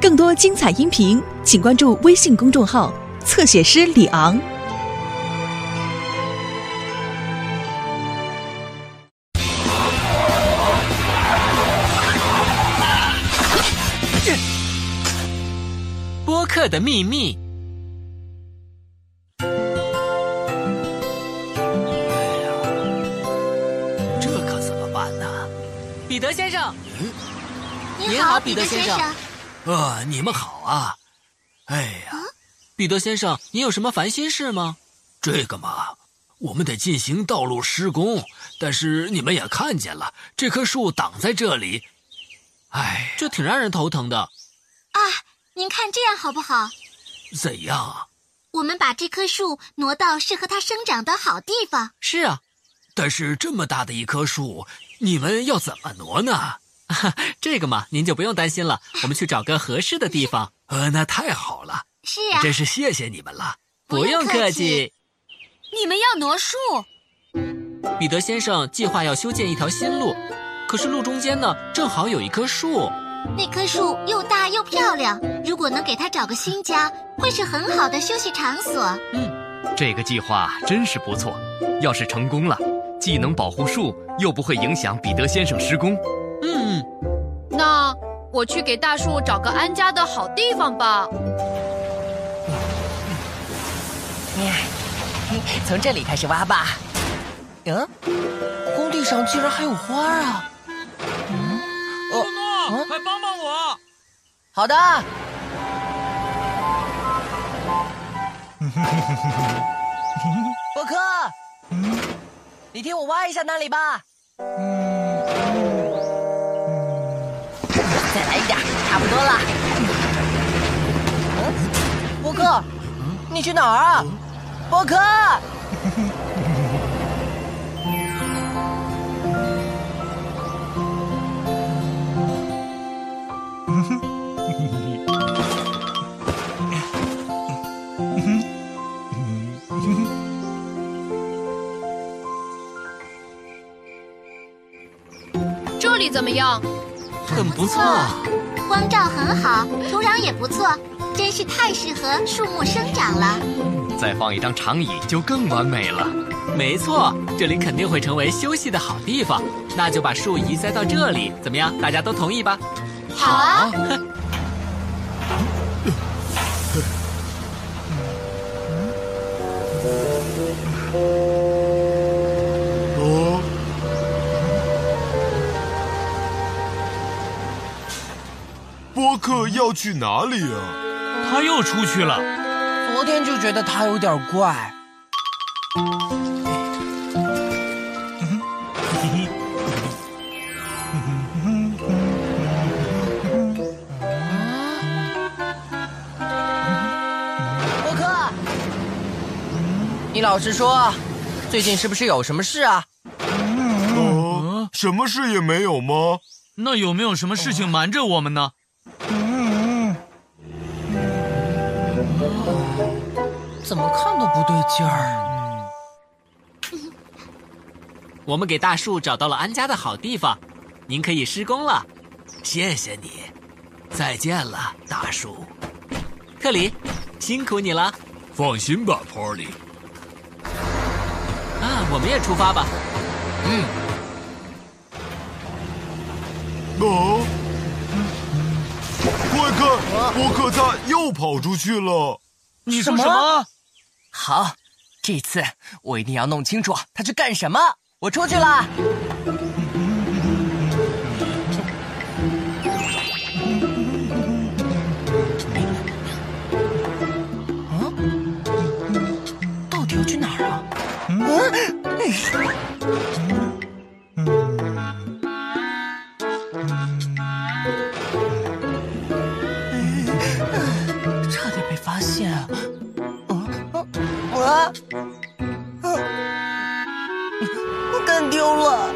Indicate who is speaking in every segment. Speaker 1: 更多精彩音频，请关注微信公众号“侧写师李昂”。
Speaker 2: 播客的秘密。哎这可怎么办呢？彼得先生，
Speaker 3: 你
Speaker 2: 您
Speaker 3: 好，
Speaker 2: 好
Speaker 3: 彼
Speaker 2: 彼
Speaker 3: 得
Speaker 2: 得先
Speaker 3: 生
Speaker 2: 生。啊，你们好啊！哎呀，彼得先生，您有什么烦心事吗？这个嘛，我们得进行道路施工，但是你们也看见了，这棵树挡在这里，哎，这挺让人头疼的。
Speaker 3: 您看这样好不好？
Speaker 2: 怎样啊？
Speaker 3: 我们把这棵树挪到适合它生长的好地方。
Speaker 2: 是啊，但是这么大的一棵树，你们要怎么挪呢？ 这个嘛，您就不用担 心了，我们去找个合适的地方。呃，那太好了，
Speaker 3: 是啊，
Speaker 2: 真是谢谢你们了。
Speaker 3: 不用客
Speaker 2: 客
Speaker 3: 气。你们要挪树，
Speaker 2: 彼得先生计划要修建一条新路，可是路中间呢，正好有一棵树。
Speaker 3: 那棵树又大又漂亮，如果能给它找个新家，会是很好的休息场所。
Speaker 4: 这个计划真是不错，要是成功了，既能保护树，又不会影响彼得先生施工。
Speaker 2: 嗯，
Speaker 5: 那我去给大树找个安家的好地方吧。
Speaker 6: 从这里开始挖吧。嗯，工地上竟然还有花啊！嗯，哦，
Speaker 2: 诺，快帮帮我！
Speaker 6: 好的。博克，你替我挖一下那里吧。再来一点，差不多了。嗯，博克，你去哪儿啊？博克，
Speaker 5: 这里怎么样？
Speaker 2: 很不错，
Speaker 3: 嗯光照很好，土壤也不错，真是太适合树木生长了。
Speaker 4: 再放一张长椅就更完美了。
Speaker 2: 没错，这里肯定会成为休息的好地方。那就把树移栽到这里，怎么样？大家都同意吧？
Speaker 3: 好啊，
Speaker 7: 播客要去哪里啊？
Speaker 2: 他又出去了。
Speaker 6: 昨天就觉得他有点怪。博克，你老实说，最近是不是有什么事啊？
Speaker 7: 啊，什么事也没有吗？
Speaker 2: 那有没有什么事情瞒着我们呢？
Speaker 6: 怎么看都不对劲儿。
Speaker 2: 嗯我们给大树找到了安家的好地方，您可以施工了。谢谢你，再见了，大树。特里，辛苦你了。
Speaker 8: 放心吧，Polly，
Speaker 2: 啊，我们也出发吧。
Speaker 7: 啊！快看，播客他又跑出去了。
Speaker 6: 你说什么？好，这次我一定要弄清楚他去干什么。我出去了。嗯嗯，到底要去哪儿啊？差点被发现啊！啊啊！我、啊、更丢了。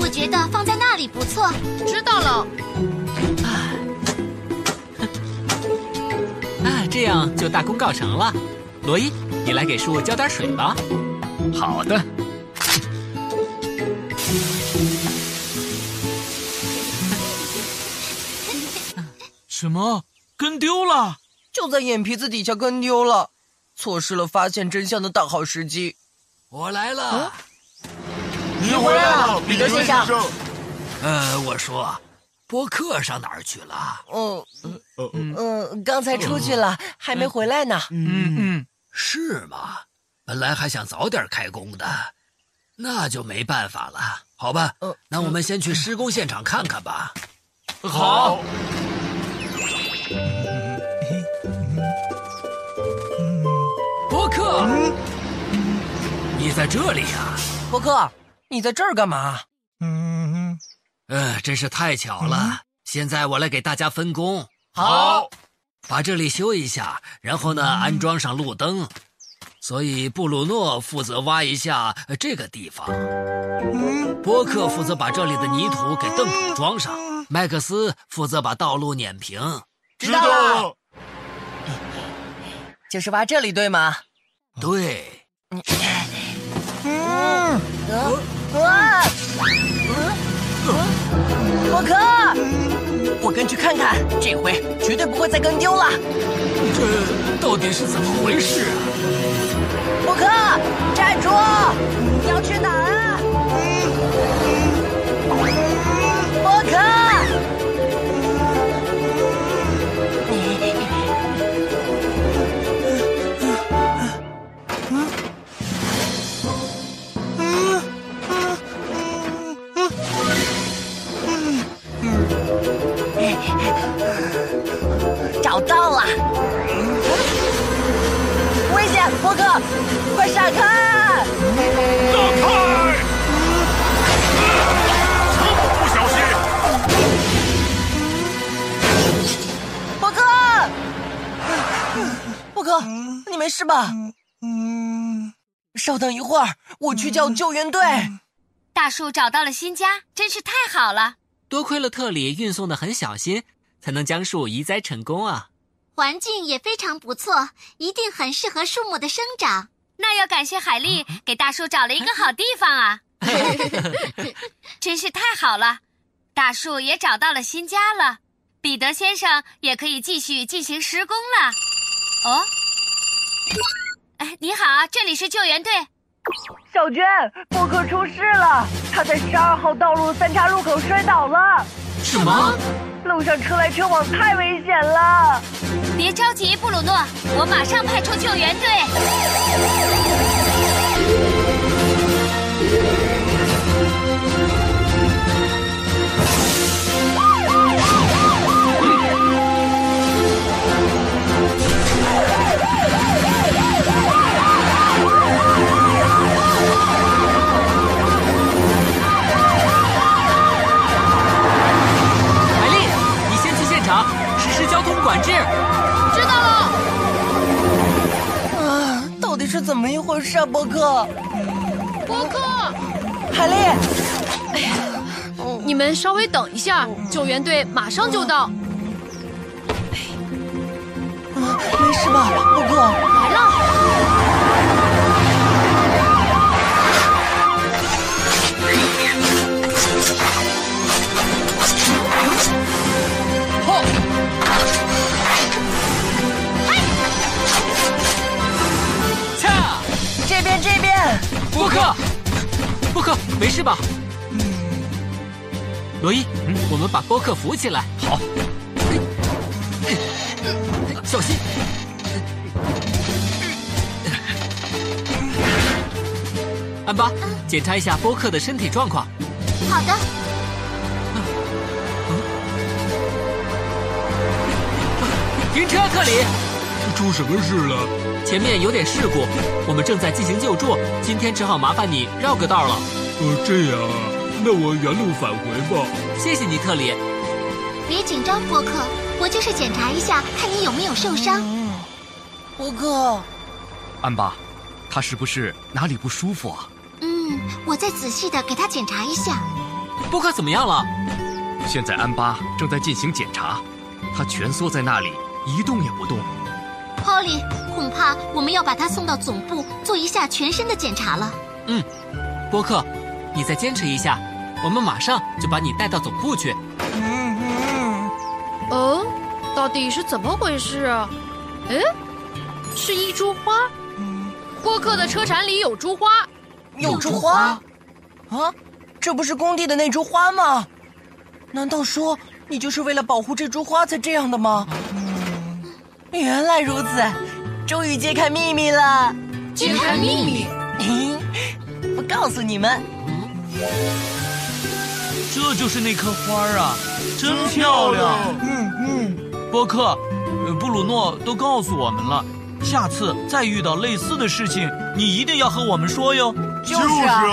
Speaker 3: 我觉得放在那里不错。
Speaker 5: 知道了，
Speaker 9: 啊，这样就大功告成了。罗伊，你来给树浇点水吧。
Speaker 4: 好的，
Speaker 10: 什么？跟丢了？
Speaker 6: 就在眼皮子底下跟丢了，错失了发现真相的大好时机。
Speaker 2: 我来
Speaker 9: 啊
Speaker 2: 了。
Speaker 7: 您回来了，彼得先生。
Speaker 2: 呃，我说，博客上哪儿去了？
Speaker 6: 嗯
Speaker 7: 呃
Speaker 6: 嗯嗯，刚才出去了，还没回来呢。
Speaker 10: 嗯嗯，
Speaker 2: 是吗？本来还想早点开工的，那就没办法了。好吧，
Speaker 9: 呃
Speaker 6: 嗯
Speaker 2: 那我们先去施工现场看看吧。
Speaker 10: 好。
Speaker 2: 博客，你在这里啊？
Speaker 6: 博客，你在这儿干嘛？
Speaker 10: 嗯，
Speaker 2: 呃，真是太巧了。现在我来给大家分工，
Speaker 6: 好，
Speaker 2: 把这里修一下，然后呢，安装上路灯。所以布鲁诺负责挖一下呃这个地方，波克负责把这里的泥土给邓普装上，麦克斯负责把道路碾平。
Speaker 7: 知道了。
Speaker 6: 就是挖这里对吗？
Speaker 2: 对，
Speaker 6: 哇！博客，我跟去看看，这回绝对不会再跟丢了。
Speaker 2: 这到底是怎么回事啊？
Speaker 6: 博客，站住！你要去哪儿啊？博客，找到了！危险，博客，快闪开！
Speaker 8: 放开！不小心，
Speaker 6: 博客，博客，你没事吧？嗯，稍等一会儿，我去叫救援队。
Speaker 3: 大树找到了新家，真是太好了！
Speaker 9: 多亏了特里运送的很小心，才能将树移栽成功啊。
Speaker 3: 环境也非常不错，一定很适合树木的生长。那要感谢海丽给大树找了一个好地方啊！真是太好了，大树也找到了新家了，彼得先生也可以继续进行施工了。哦，哎，你好啊，这里是救援队。
Speaker 11: 小娟，博客出事了，他在十二号道路三岔路口摔倒了，
Speaker 2: 什么？
Speaker 11: 路上车来车往太危险了。
Speaker 3: 别着急，布鲁诺，我马上派出救援队。
Speaker 9: 海丽，哎你先去现场实施交通管制。
Speaker 5: 知道了，
Speaker 6: 啊，到底是怎么一回事啊，博客？
Speaker 5: 博客，
Speaker 6: 海丽，
Speaker 5: 你们稍微等一下，救援队马上就到。
Speaker 6: 啊没事吧，博客？
Speaker 5: 来了，
Speaker 9: 恰，
Speaker 6: 这边，这边。
Speaker 9: 布克，布克，没事吧？罗伊，我们把波克扶起来。好，小心。安巴，检查一下波克的身体状况。
Speaker 3: 好的，
Speaker 9: 停车，特里。
Speaker 7: 出什么事了？
Speaker 9: 前面有点事故，我们正在进行救助，今天只好麻烦你绕个道了。
Speaker 7: 呃，这样啊，那我原路返回吧。
Speaker 9: 谢谢你，特里。
Speaker 3: 别紧张，博客，我就是检
Speaker 6: 嗯
Speaker 3: 查一下，看你有没有受伤。
Speaker 6: 博客，
Speaker 4: 安巴，他是不是哪里不舒服啊？
Speaker 3: 嗯，我再仔细的给他检查一下。
Speaker 12: 波克怎么样了？
Speaker 4: 现在安巴正在进行检查，他蜷缩在那里一动也不动。
Speaker 3: Polly，恐怕我们要把他送到总部做一下全身的检查了。
Speaker 12: 嗯，波克，你再坚持一下，我们马上就把你带到总部去。
Speaker 5: 嗯嗯。哦，到底是怎么回事啊？哎，是一株花。波克的车铲里有株花。
Speaker 6: 有株花？啊，这不是工地的那株花吗？难道说你就是为了保护这株花才这样的吗？嗯原来如此，终于揭开秘密了！
Speaker 5: 揭开秘密，
Speaker 6: 不告诉你们。
Speaker 2: 这就是那棵花啊，真漂亮！嗯嗯，波克、呃布鲁诺都告诉我们了，下次再遇到类似的事情，你一定要和我们说哟。
Speaker 6: 就是啊，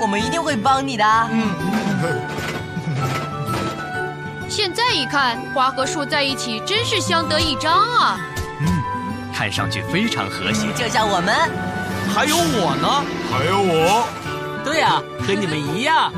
Speaker 6: 我们一定会帮你的。嗯。
Speaker 5: 现在一看，花和树在一起真是相得益彰啊！
Speaker 4: 看上去非常和谐。
Speaker 6: 就像我们，
Speaker 2: 还有我呢，
Speaker 7: 还有我，
Speaker 2: 啊
Speaker 12: 对呀、和你们一样。